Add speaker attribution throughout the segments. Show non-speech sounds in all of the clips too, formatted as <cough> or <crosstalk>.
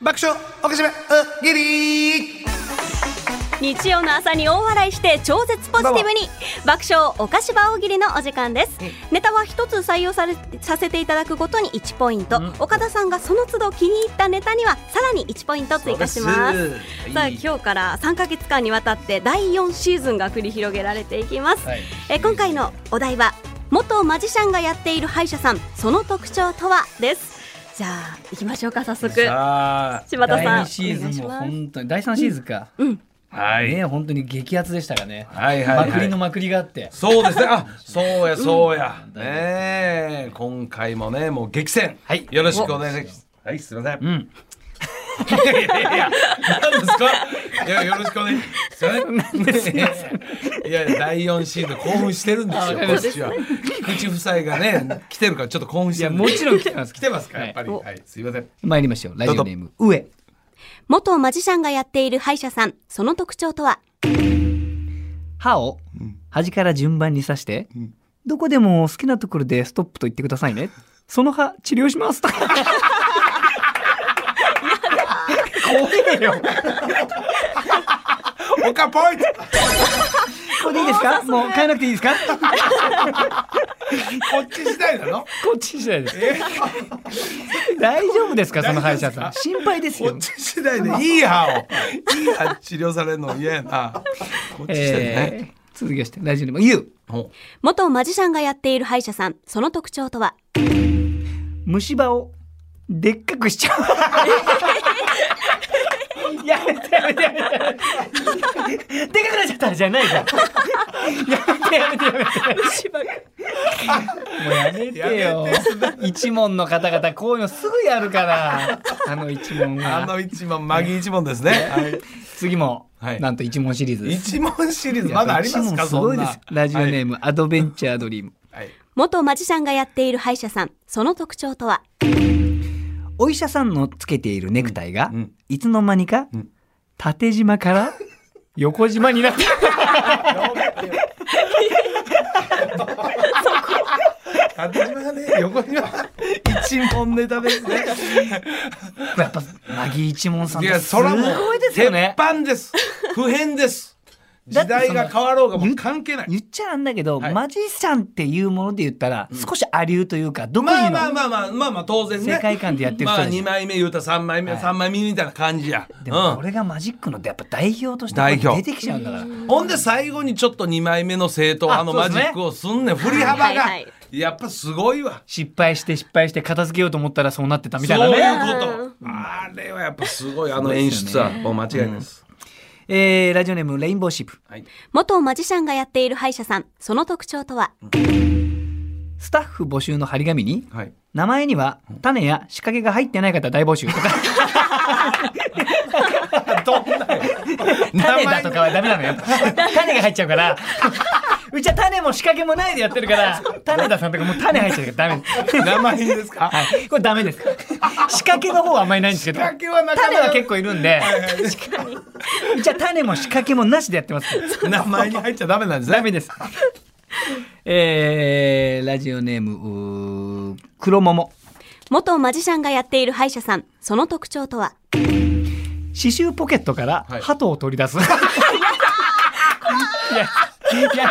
Speaker 1: 爆笑おかしめおぎり
Speaker 2: 日曜の朝に大笑いして超絶ポジティブに爆笑お菓子場大喜利のお時間です、ネタは一つ採用されさせていただくごとに1ポイント、岡田さんがその都度気に入ったネタにはさらに1ポイント追加します
Speaker 3: す
Speaker 2: さあ
Speaker 3: はい
Speaker 2: 今日から3か月間にわたって第4シーズンが繰り広げられていきます、
Speaker 3: はい
Speaker 2: え今回のお題は元マジシャンがやっている歯医者さんその特徴とはですじゃあ行きましょうか早速
Speaker 3: さあ
Speaker 2: 柴田さん
Speaker 3: 第二シーズ
Speaker 2: お
Speaker 3: ンも
Speaker 2: 願いします
Speaker 3: 本当に第三シーズンか、
Speaker 2: うん
Speaker 1: はい
Speaker 3: ね本当に激アツでしたがね、
Speaker 1: はいはいはい
Speaker 3: まくりのまくりがあって
Speaker 1: そうですねあそうやそうや、ねえ今回もねもう激戦
Speaker 3: はい
Speaker 1: よろしくお願いしますはいすいません
Speaker 3: うん
Speaker 1: いやいやいやいや何ですかいやよろしくお願いすいませんいやいやいや第四シーズン興奮してるんですよ
Speaker 3: あ
Speaker 1: こっちは菊池夫妻がね来てるからちょっと興奮し
Speaker 3: い
Speaker 1: て
Speaker 3: や
Speaker 1: る
Speaker 3: もちろん来てます
Speaker 1: 来てますか
Speaker 3: はい
Speaker 1: やっぱり
Speaker 2: お
Speaker 1: はいすいません
Speaker 3: <laughs> 参りましょうラジオネーム上
Speaker 2: 元マジシャンがやっている歯医者さんその特徴とは
Speaker 3: 歯を端から順番に刺して、どこでも好きなところでストップと言ってくださいねその歯治療します怖えよ
Speaker 1: おかぽい
Speaker 3: <laughs> これでいいですかもう変えなくていいですか
Speaker 1: こっち次第なの
Speaker 3: <laughs> こっち次 <laughs> 第です大丈夫ですかその歯医者さん心配です
Speaker 1: こ
Speaker 3: よ
Speaker 1: っち次第でいい歯をいい歯治療されるの嫌やなこっち次第でね、
Speaker 3: えー続きましてラジオネームゆう
Speaker 1: ほ
Speaker 2: 元マジシャンがやっている歯医者さんその特徴とは
Speaker 3: 虫歯をでっかくしちゃう。 <laughs> やめてやめてやめてやめて。でかくなっちゃったじゃないじゃん。やめてやめてやめて。もうやめてよ。一問の方々こういうのすぐやるから。あの一問
Speaker 1: うあ
Speaker 3: が。
Speaker 1: の一問マギ一問ですね、はい
Speaker 3: 次も、
Speaker 1: はい
Speaker 3: なんと一問シリーズです。
Speaker 1: 一問シリーズまだあります
Speaker 3: 一
Speaker 1: か
Speaker 3: 問すごいです。
Speaker 1: そんな
Speaker 3: ラジオネーム、アドベンチャードリーム。
Speaker 1: はいはい
Speaker 2: 元マジシャンがやっている歯医者さんその特徴とは
Speaker 3: お医者さんのつけているネクタイが、
Speaker 1: うんうん
Speaker 3: いつの間にか、
Speaker 1: うん
Speaker 3: 縦縞
Speaker 1: <laughs>
Speaker 3: から横縞になった。
Speaker 1: 縦島がね横には一問ネタです
Speaker 3: <laughs>
Speaker 1: ね
Speaker 3: <laughs> やっぱ、マギ一門さん
Speaker 1: い
Speaker 3: って
Speaker 1: や
Speaker 3: す
Speaker 1: それはもう
Speaker 3: ごいですよね
Speaker 1: 鉄。板です普遍です
Speaker 3: だって
Speaker 1: 時
Speaker 3: その
Speaker 1: 代が変わろうがもう関係ない
Speaker 3: 言っちゃなんだけど、
Speaker 1: はい
Speaker 3: マジシャンっていうもので言ったら、少しアリューというか、独
Speaker 1: ま
Speaker 3: 自
Speaker 1: あまあ
Speaker 3: の
Speaker 1: まあまあまあまあ当然ね
Speaker 3: 世界観でやってる人
Speaker 1: まあ
Speaker 3: たち
Speaker 1: 2枚目言うたら3枚目、
Speaker 3: はい
Speaker 1: 三枚目みたいな感じや
Speaker 3: で
Speaker 1: う
Speaker 3: も
Speaker 1: ん
Speaker 3: これがマジックのやっぱ代表として
Speaker 1: 代表
Speaker 3: ここに出てきちゃうんだから。
Speaker 1: ほんで最後にちょっと2枚目の正統派の
Speaker 3: あそう
Speaker 1: マジ
Speaker 3: ですね
Speaker 1: ックをすんねん振り幅が
Speaker 2: はいはいは
Speaker 1: やっぱすごいわ
Speaker 3: 失敗して失敗して片付けようと思ったらそうなってたみたい
Speaker 1: そ
Speaker 3: な
Speaker 1: うい
Speaker 3: ね。
Speaker 1: うことあれはやっぱすごいあの演出はもう間違いないです、
Speaker 3: えー、ラジオネームレインボーシップ。
Speaker 1: はい、
Speaker 2: 元マジシャンがやっている歯医者さんその特徴とは
Speaker 3: スタッフ募集の張り紙に、
Speaker 1: はい、
Speaker 3: 名前には種や仕掛けが入ってない方大募集とか、
Speaker 1: <laughs> どんな
Speaker 3: 種だとかはダメなのよ。種が入っちゃうから。うちは種も仕掛けもないでやってるから、種田さんとかもう種入っちゃうからダメ。
Speaker 1: 名前ですか
Speaker 3: はい、これダメです。仕掛けの方はあんまりないんですけど。
Speaker 1: 仕掛けはなかなか
Speaker 3: 種は結構いるんで。 <laughs> じゃあ種も仕掛けもなしでやってますから。
Speaker 1: 名前に入っちゃダメなんですね
Speaker 3: ダメです。えー、ラジオネームうー黒桃。
Speaker 2: 元マジシャンがやっている歯医者さんその特徴とは
Speaker 3: 刺繍ポケットから
Speaker 1: はい
Speaker 3: 鳩を取り出す。いやいや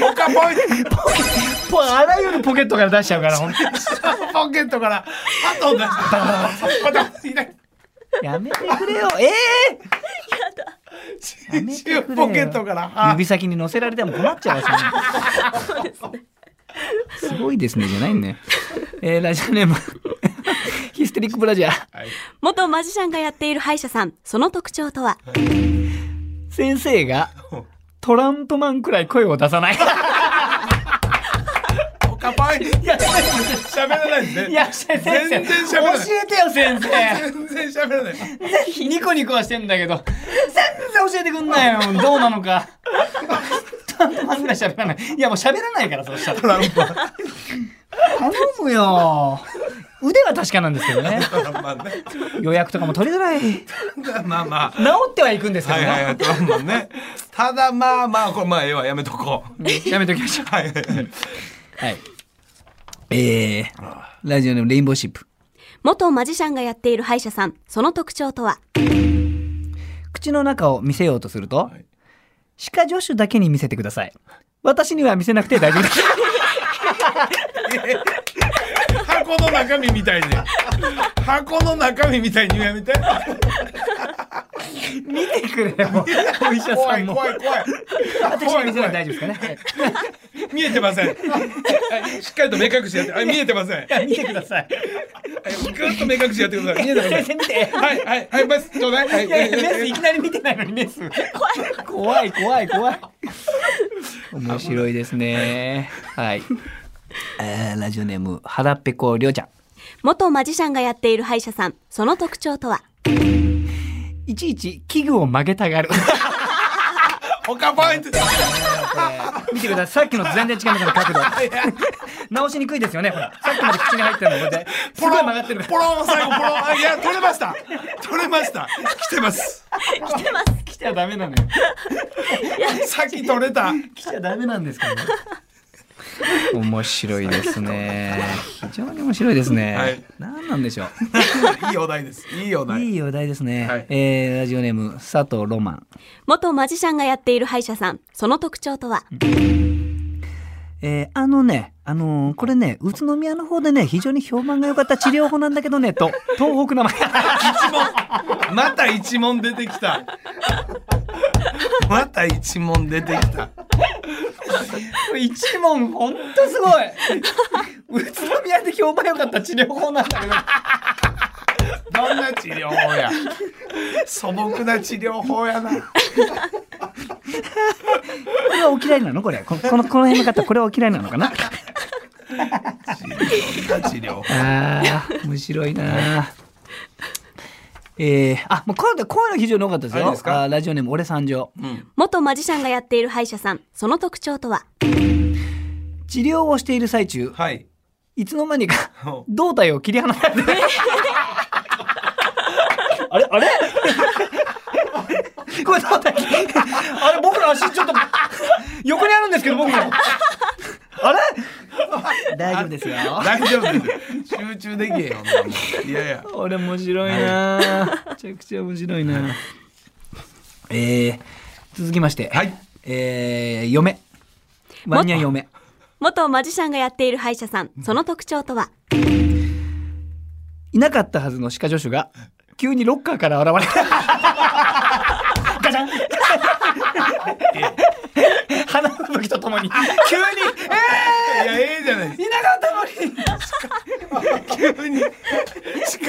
Speaker 1: ポカポイント
Speaker 3: もうあらゆるポケットから出しちゃうから、本当に
Speaker 1: ポケットからハトを出してバタバタいない
Speaker 3: やめてくれよ。ええやめてくれよ
Speaker 1: ポケットから歯
Speaker 3: 指先に乗せられても困っちゃうわそんなすごいですねじゃないね、えー、ラジオネームヒステリックブラジャー
Speaker 1: はい
Speaker 2: 元マジシャンがやっている歯医者さんその特徴とは
Speaker 3: 先生がトランプマンくらい声を出さない
Speaker 1: ポカポイント
Speaker 3: いや
Speaker 1: 喋らないですね
Speaker 3: いや先生
Speaker 1: 全然喋らない
Speaker 3: 教えてよ先生
Speaker 1: 全然喋らない
Speaker 3: <laughs> ニコニコはしてんだけど全然教えてくんない
Speaker 1: <laughs>
Speaker 3: よどうなのかトランプマンくらい喋らないいやもう喋らないからそうしたら
Speaker 1: トランプマン
Speaker 3: 頼むよ腕は確かなんですけどね
Speaker 1: トランプマンね
Speaker 3: 予約とかも取りづらい治
Speaker 1: まあまあ
Speaker 3: ってはいくんですけど
Speaker 1: はい
Speaker 3: ね、
Speaker 1: はいはい、トランプマンね。ただまあまあ、これまあええわ、やめとこう。
Speaker 3: やめときましょう。
Speaker 1: はいはいはい。
Speaker 3: はい。えー、ラジオネームレインボーシップ。
Speaker 2: 元マジシャンがやっている歯医者さんその特徴とは
Speaker 3: 口の中を見せようとすると、
Speaker 1: い
Speaker 3: 歯科助手だけに見せてください私には見せなくて大丈夫です
Speaker 1: 箱の中身みたいに箱の中身みたいにやめて
Speaker 3: 見てくれよ
Speaker 1: <laughs>
Speaker 3: もう <laughs> お医者
Speaker 1: 怖
Speaker 3: さ
Speaker 1: い
Speaker 3: んも
Speaker 1: 怖い怖い
Speaker 3: 私には見せなくて
Speaker 1: 怖い
Speaker 3: 大丈夫ですかね
Speaker 1: 見えてませんはいしっかりと目隠しやってあ見えてませんはい
Speaker 3: はい見てください
Speaker 1: ぐっと目隠しやってくだ <laughs> さい見えてませ
Speaker 3: 先
Speaker 1: ん
Speaker 3: 生見て
Speaker 1: はいはいはいバスちょうだいはい
Speaker 3: いやいや
Speaker 1: は
Speaker 3: メ
Speaker 1: い
Speaker 3: スいきなり見てないのにメス怖い怖い怖い面白いですねはいえーラジオネームはらぺこりょうちゃん
Speaker 2: 元マジシャンがやっている歯医者さんその特徴とはい
Speaker 3: ちいち器具を曲げたがる
Speaker 1: おかポイント
Speaker 3: 見てくださいさっきの全然違いますね角度直しにくいですよねほらさっきまで口に入ってるのこれですごい曲がってる
Speaker 1: ポロン最後ポロンあいや取れました取れました来てます
Speaker 2: 来てます
Speaker 3: 来ちゃダメなのよ
Speaker 1: さっき取れた
Speaker 3: 来ちゃダメなんですけどね面白いですね非常に面白いですね、
Speaker 1: はい
Speaker 3: 何なんでしょう
Speaker 1: いいお題ですいいお題
Speaker 3: いいお題ですね。
Speaker 1: はい
Speaker 3: えーラジオネーム佐藤ロマン、
Speaker 2: 元マジシャンがやっている歯医者さんその特徴とは
Speaker 3: えーあのね、あのーこれね、宇都宮の方でね、非常に評判が良かった治療法なんだけどね、と、東北の前。 <laughs>
Speaker 1: また一問出てきた。 <laughs> また一問出てきた。
Speaker 3: 一問、ほんとすごい。宇都宮で評判良かった治療法なんだけど。
Speaker 1: どんな治療法や。素朴な治療法やな。
Speaker 3: これはお嫌いなのこれ。ここの、この辺の方、これはお嫌いなのかな
Speaker 1: どんな治療法。
Speaker 3: あー面白いな。えー、あ、もうこういうのこういうの非常に多かったです
Speaker 1: あいい
Speaker 3: よ。
Speaker 1: ですか
Speaker 3: あーラジオネーム、俺三条。
Speaker 2: 元マジシャンがやっている歯医者さんその特徴とは
Speaker 3: 治療をしている最中、
Speaker 1: はい。
Speaker 3: いつの間にか
Speaker 1: お
Speaker 3: 胴体を切り離されて <laughs> あれあれ <laughs> これ胴体 <laughs> あれ僕の足ちょっと横にあるんですけど僕の <laughs> あ <laughs> れ大丈夫ですよ
Speaker 1: 大丈夫です。集中できへんよ。ほんなもんいやいや。
Speaker 3: 俺面白いな、めちゃくちゃ面白いなえー、続きまして
Speaker 1: はい
Speaker 3: えー、嫁ワニャ嫁
Speaker 2: 元マジシャンがやっている歯医者さんその特徴とはい
Speaker 3: なかったはずの歯科助手が急にロッカーから現れた。ガチャン花吹雪とともに急に
Speaker 1: いや、ええじゃないで
Speaker 3: いなかったのに
Speaker 1: すか。急に。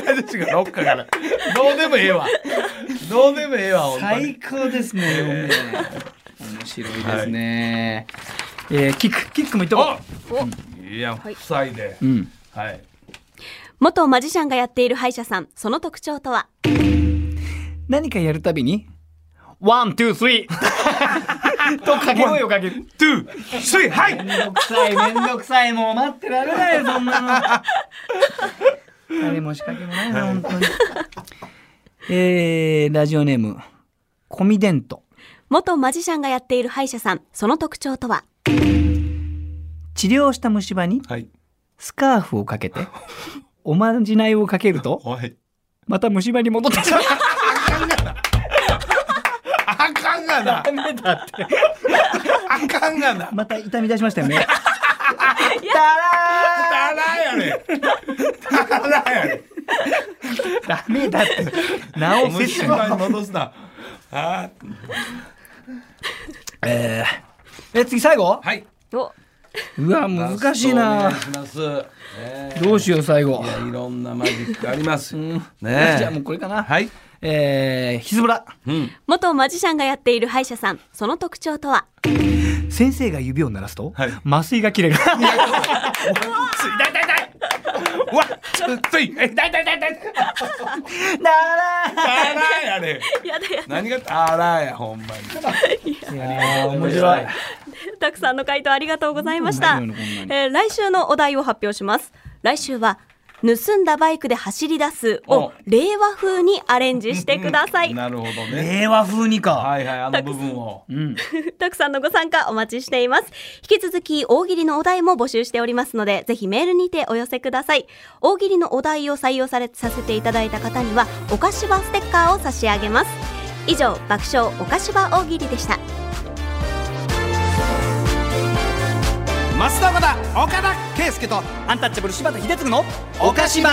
Speaker 1: 近いですが、ロッカーから。どうでもええわ。どうでもええわ、ほんまに。
Speaker 3: 最高ですね、
Speaker 1: え
Speaker 3: 面白いですね、えーキックキックもいっとこ
Speaker 1: おいや、塞いで
Speaker 3: う、。うん、
Speaker 1: はい。
Speaker 2: 元マジシャンがやっている歯医者さんその特徴とは
Speaker 3: 何かやるたびにワン・ツー・ <laughs> スリーと掛け声をかける
Speaker 1: トゥー、スリー、はい。
Speaker 3: めんどくさいめんどくさいもう待ってられないよそんなの誰も仕掛けもないな本当にえー、ラジオネームコミデント
Speaker 2: 元マジシャンがやっている歯医者さんその特徴とは
Speaker 3: 治療した虫歯に
Speaker 1: はい。
Speaker 3: スカーフをかけておまんじないをかけると
Speaker 1: おい。
Speaker 3: また虫歯に戻ってしまう
Speaker 1: あかんがな。あかんがな。
Speaker 3: また痛み出しましたよね
Speaker 1: たらやね。たらやね。
Speaker 3: ダメだって直せって
Speaker 1: 虫歯に戻すな。あー
Speaker 3: えー、え次最後
Speaker 1: はい。
Speaker 2: お
Speaker 3: うわ難しいな
Speaker 1: ラストお願いします。ねえ
Speaker 3: どうしよう最後
Speaker 1: いやいろんなマジックあります。ね
Speaker 3: じゃあもう
Speaker 1: え。
Speaker 3: これかな
Speaker 1: はい。
Speaker 3: えー、ヒズボラ
Speaker 1: うん。
Speaker 2: 元マジシャンがやっている歯医者さんその特徴とは
Speaker 3: 先生が指を鳴らすと、
Speaker 1: はい
Speaker 3: 麻酔が切れる
Speaker 1: 痛い痛い痛い。わっ、ちょっとい。え痛い痛い痛い痛い。たらやね。
Speaker 2: <laughs> やだや
Speaker 1: 何がたらやほんまに。
Speaker 3: いやー面
Speaker 1: 白い
Speaker 2: たくさんの回答ありがとうございました、
Speaker 3: うん大丈夫なのこんな
Speaker 2: えー来週のお題を発表します来週は盗んだバイクで走り出すを
Speaker 3: お
Speaker 2: 令和風にアレンジしてください。
Speaker 1: なるほどね。
Speaker 3: 令和風にか。
Speaker 1: はいはい、あの部分を。
Speaker 3: うん。
Speaker 2: たくさんのご参加お待ちしています。引き続き大喜利のお題も募集しておりますので、ぜひメールにてお寄せください。大喜利のお題を採用されさせていただいた方には、お菓子場ステッカーを差し上げます。以上、爆笑お菓子場大喜利でした。
Speaker 4: 増田岡田岡田圭佑とアンタッチャブル柴田秀嗣の岡島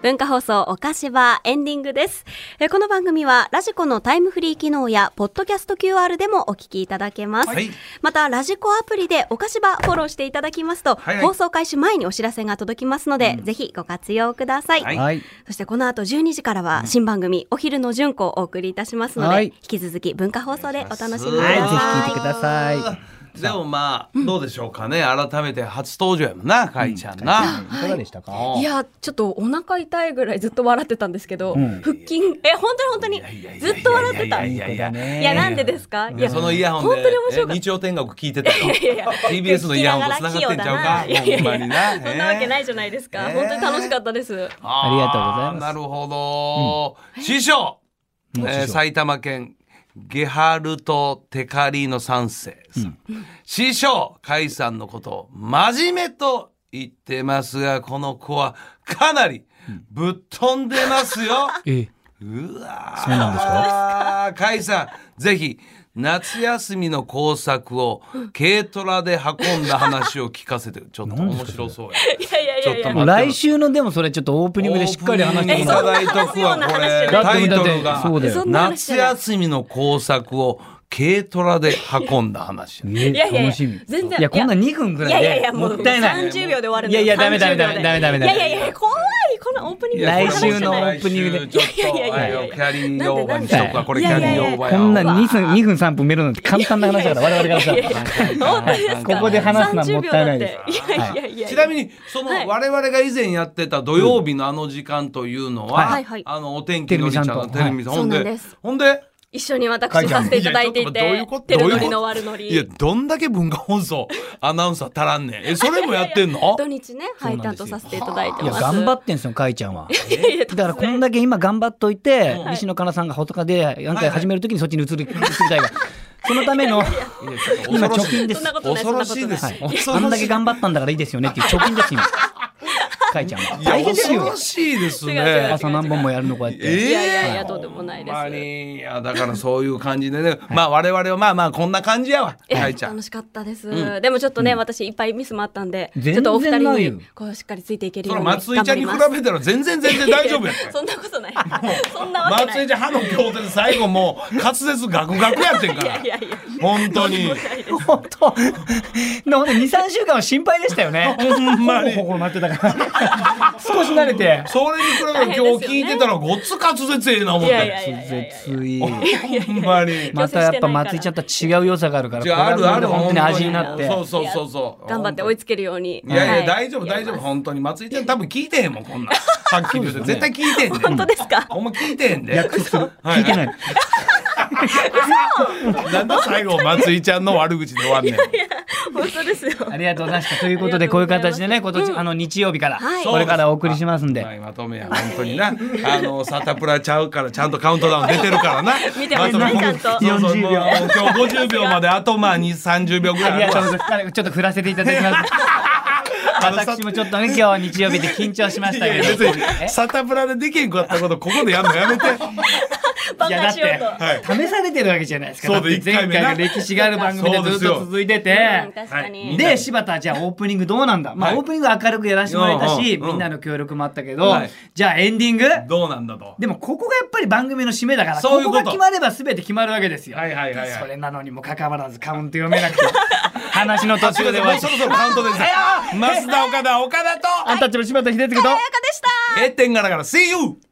Speaker 2: 文化放送お菓子場エンディングです。えーこの番組はラジコのタイムフリー機能やポッドキャスト QR でもお聞きいただけます。
Speaker 1: はい
Speaker 2: またラジコアプリでお菓子場フォローしていただきますと、
Speaker 1: はいはい
Speaker 2: 放送開始前にお知らせが届きますので、ぜひご活用ください。
Speaker 1: はい
Speaker 3: はい。
Speaker 2: そしてこの後12時からは新番組、お昼の順子をお送りいたしますので、
Speaker 3: はい
Speaker 2: 引き続き文化放送でお楽しみください。
Speaker 3: はい、ぜひ聞いてください。
Speaker 1: でもまあ、どうでしょうかね。改めて初登場やもんな、かいちゃんな。
Speaker 3: いかがでしたか。
Speaker 1: うん
Speaker 5: いやちょっとお腹痛いぐらいずっと笑ってたんですけど、
Speaker 3: うん
Speaker 5: 腹筋え本当に本当にずっと笑ってた
Speaker 1: い
Speaker 5: い
Speaker 1: やいやいやい
Speaker 3: ね
Speaker 5: やなんでですかい
Speaker 1: や
Speaker 5: や
Speaker 1: そのイヤホン
Speaker 5: 本当に面
Speaker 1: で
Speaker 5: 白か
Speaker 1: ね
Speaker 5: っ
Speaker 1: 日曜天国聞いてたよ
Speaker 5: たいやいや
Speaker 1: TBS のイヤホンと繋がってんちゃうか
Speaker 5: いやいやい
Speaker 1: ほんま
Speaker 5: や
Speaker 1: にな
Speaker 5: そんなわけないじゃないですか、
Speaker 1: えー
Speaker 5: 本当に楽しかったです
Speaker 1: あ
Speaker 3: ありがとうございます
Speaker 1: なるほど。師匠、
Speaker 3: うん
Speaker 1: えー
Speaker 3: 師匠
Speaker 1: 埼玉県ゲハルト・テカリーノ三世さん。師匠、甲斐さんのことを真面目と言ってますが、この子はかなりぶっ飛んでますよ。
Speaker 3: ええ、
Speaker 1: うわ
Speaker 3: そうなんです
Speaker 1: か甲斐さん、ぜひ、夏休みの工作を軽トラで運んだ話を聞かせて、ちょっと面白そうや。
Speaker 5: いやいやいやい
Speaker 1: ちょっ
Speaker 5: や
Speaker 1: と
Speaker 3: もう来週のでもそれちょっとオープニングでしっかり話して
Speaker 1: い
Speaker 3: もら
Speaker 1: た
Speaker 3: う。
Speaker 1: だいとくわ、これ。
Speaker 5: そんな
Speaker 1: タイトル
Speaker 3: だ
Speaker 1: が。
Speaker 3: そうだ
Speaker 5: そ
Speaker 3: よ。
Speaker 5: んな話じ
Speaker 1: 夏
Speaker 5: ゃない
Speaker 1: 休みの工作を軽トラで運んだ話。
Speaker 3: ね
Speaker 5: いやいやいや
Speaker 3: 楽しみ。
Speaker 5: 全然
Speaker 3: いやこんな二分ぐ
Speaker 5: いや
Speaker 3: ら
Speaker 5: いやい
Speaker 3: いで
Speaker 5: やも
Speaker 3: も
Speaker 5: う
Speaker 3: ったいない。
Speaker 5: 30秒で終わるの
Speaker 3: いやいやダメダメ
Speaker 5: 30秒で
Speaker 3: ダメダメダメダメ
Speaker 5: いやいやいや怖いこのオープニング
Speaker 3: や
Speaker 5: で
Speaker 3: 来週のオープニングで
Speaker 1: 来週ちょっと
Speaker 5: いやいやいやいや
Speaker 1: はいキャリーオーバーにしとくわ。これキャリーオーバー
Speaker 3: こ
Speaker 1: やわ。
Speaker 3: んな二分二分三分埋めるのって簡単な話だから我々からした
Speaker 5: いやいやいや
Speaker 3: ら。
Speaker 5: 本当ですか
Speaker 3: ここで話すのはもったいないです
Speaker 5: 30秒だっていやいやいや
Speaker 1: ちなみ
Speaker 5: に
Speaker 1: にその
Speaker 5: はい
Speaker 1: 我々が以前やってた土曜日のあの時間というのは、
Speaker 2: はいはい
Speaker 1: あのお天気のりちゃんのテ
Speaker 3: テ
Speaker 1: レ
Speaker 3: レ
Speaker 1: ビ
Speaker 3: ビ
Speaker 1: さん、
Speaker 2: はい
Speaker 1: ほん
Speaker 2: そうなん
Speaker 1: で
Speaker 2: です
Speaker 1: ほんで
Speaker 5: 一緒に私させていただいてい
Speaker 1: いやいや
Speaker 5: て
Speaker 1: ちょっと待って
Speaker 5: テ
Speaker 1: どう
Speaker 5: ル
Speaker 1: い
Speaker 5: ノリ
Speaker 1: うこと
Speaker 5: の悪ノリ
Speaker 1: いやどんだけ文化放送アナウンサー足らんねんえそれもやってんの
Speaker 5: 土日ね
Speaker 3: そう
Speaker 5: 配
Speaker 3: なん
Speaker 5: 担
Speaker 3: で
Speaker 5: 当させ
Speaker 3: すよ
Speaker 5: ていただいて
Speaker 3: いや
Speaker 5: ます
Speaker 3: 頑張ってんすよかいちゃんは。
Speaker 5: いやいや
Speaker 3: だからこんだけ今頑張っといて、西野カナさんがほとかで何回始めるときにそっちに移り移りたいが、そのための今
Speaker 1: 恐ろ
Speaker 3: 貯
Speaker 1: しい
Speaker 3: 金で
Speaker 5: そ
Speaker 3: す
Speaker 5: ん。なことない
Speaker 1: 恐ろしいです、
Speaker 3: はい、
Speaker 1: 恐
Speaker 3: あん
Speaker 1: ろ
Speaker 3: だ
Speaker 1: し
Speaker 3: け
Speaker 1: い
Speaker 3: 頑張ったんだからいいですよねっていう貯金です今。かいちゃんは。
Speaker 1: いや
Speaker 3: 大変です
Speaker 1: 恐
Speaker 3: よ
Speaker 1: ろ。しいですね
Speaker 5: 違う違う
Speaker 3: 朝何本もやるのこうやっ
Speaker 1: え
Speaker 3: て。
Speaker 1: え
Speaker 5: いやいやいやとんでもないです
Speaker 1: ほんまにいやだからそういう感じでね、まあ我々はまあまあこんな感じやわ。
Speaker 5: いや
Speaker 1: はいちゃん
Speaker 5: 楽。しかったです、でもちょっとね、私いっぱいミスもあったんでちょっとお二
Speaker 3: 全然ないよ
Speaker 5: 人にこうしっかりついていける
Speaker 1: そ
Speaker 5: よう
Speaker 1: の
Speaker 5: に
Speaker 1: 松井
Speaker 5: 頑
Speaker 1: ち
Speaker 5: 張
Speaker 1: ゃんに
Speaker 5: り
Speaker 1: 比
Speaker 5: ます。
Speaker 1: べたら全然全然大丈夫やったよ
Speaker 5: そんなことないそんなわけな
Speaker 1: 松井
Speaker 5: い
Speaker 1: ちゃん歯の強で最後もう滑舌ガクガクやってんか
Speaker 5: いやいや
Speaker 1: ら
Speaker 5: いや
Speaker 1: 本当に
Speaker 3: 本当。なので二三週間は心配でしたよね。
Speaker 1: ほんまに
Speaker 3: ほぼほぼ待ってたから。少し慣れて。
Speaker 1: それに比べたら今日聞いてたらごっつ滑舌ええな思っ
Speaker 5: いやい
Speaker 1: て
Speaker 5: やいやいやいや
Speaker 3: 絶い。
Speaker 1: ほんま
Speaker 3: <laughs>
Speaker 1: に
Speaker 3: またやっぱ松井ちゃんとは違う良さがあるから。
Speaker 1: じゃああ
Speaker 3: これ
Speaker 1: る
Speaker 3: は
Speaker 1: ある
Speaker 3: 本当に味になっ
Speaker 1: 本当
Speaker 3: て。
Speaker 1: そうそうそうそう
Speaker 5: 頑張って追いつけるように
Speaker 1: いやい
Speaker 5: は
Speaker 1: や大丈夫大丈夫本当に松井ちゃん多分聞いてへんもんこんなんはっきり言って絶対聞いてへんで
Speaker 5: 本当ですか
Speaker 1: ほんま聞いてへんで
Speaker 3: 約束する。聞いてない。
Speaker 1: なんで最後松井ちゃんの悪口で終わんねん。
Speaker 5: 本当ですよ
Speaker 3: ありがとうございました。ということで、こういう形でね、今年、あの、日曜日から、
Speaker 5: はい
Speaker 3: これからお送りしますんで。
Speaker 1: はいまとめや本当にな。あのサタプラちゃうからちゃんとカウントダウン出てるからな。
Speaker 5: 見てますね
Speaker 1: まとめ
Speaker 5: ちゃんと
Speaker 1: そうそう
Speaker 3: 40
Speaker 1: もうもう今日50秒まであとまあ2、30秒ぐ
Speaker 3: あ
Speaker 1: らい
Speaker 3: り
Speaker 1: あ
Speaker 3: が
Speaker 1: る
Speaker 3: とう
Speaker 1: わ。
Speaker 3: ございます。ちょっと振らせていただきます。私もちょっとね、今日は日曜日で緊張しまし
Speaker 1: い
Speaker 3: た
Speaker 1: やい
Speaker 3: け
Speaker 1: や別
Speaker 3: ど。
Speaker 1: にサタプラでできへんかったことここでやんのやめて。
Speaker 5: 挽
Speaker 3: いやだ
Speaker 5: 回
Speaker 3: っ
Speaker 5: しようと
Speaker 3: て、試されてるわけじゃないですか。
Speaker 1: そうで
Speaker 3: だって前回
Speaker 1: 一
Speaker 3: が
Speaker 1: 回目な
Speaker 3: 歴史がある番組
Speaker 1: そう
Speaker 3: で
Speaker 1: です
Speaker 3: ずっ
Speaker 1: よ
Speaker 3: と続いて
Speaker 5: うん
Speaker 3: て。
Speaker 5: 確かに、
Speaker 1: は
Speaker 3: で
Speaker 1: い
Speaker 3: 柴田じゃあオープニングどうなんだ、ま
Speaker 1: は
Speaker 3: あ
Speaker 1: い
Speaker 3: オープニングは明るくやらせてもらえたし、
Speaker 1: うんうんうん
Speaker 3: みんなの協力もあったけど、
Speaker 1: はい
Speaker 3: じゃあエンディング
Speaker 1: どうなんだと。
Speaker 3: でもここがやっぱり番組の締めだから
Speaker 1: そういう
Speaker 3: こ
Speaker 1: こと
Speaker 3: こが決まれば全て決まるわけですよ、
Speaker 1: はいはいはいはい
Speaker 3: それなのにもかかわらずカウント読めなくて話の途
Speaker 1: すい
Speaker 3: 中
Speaker 1: ま
Speaker 3: で
Speaker 1: せ
Speaker 3: 終わっちゃ
Speaker 1: んもう <laughs> そろそろカウントです。増田岡田岡田と
Speaker 3: アンタッチャブル柴田秀嗣と
Speaker 1: 閉店ガラガラ See you。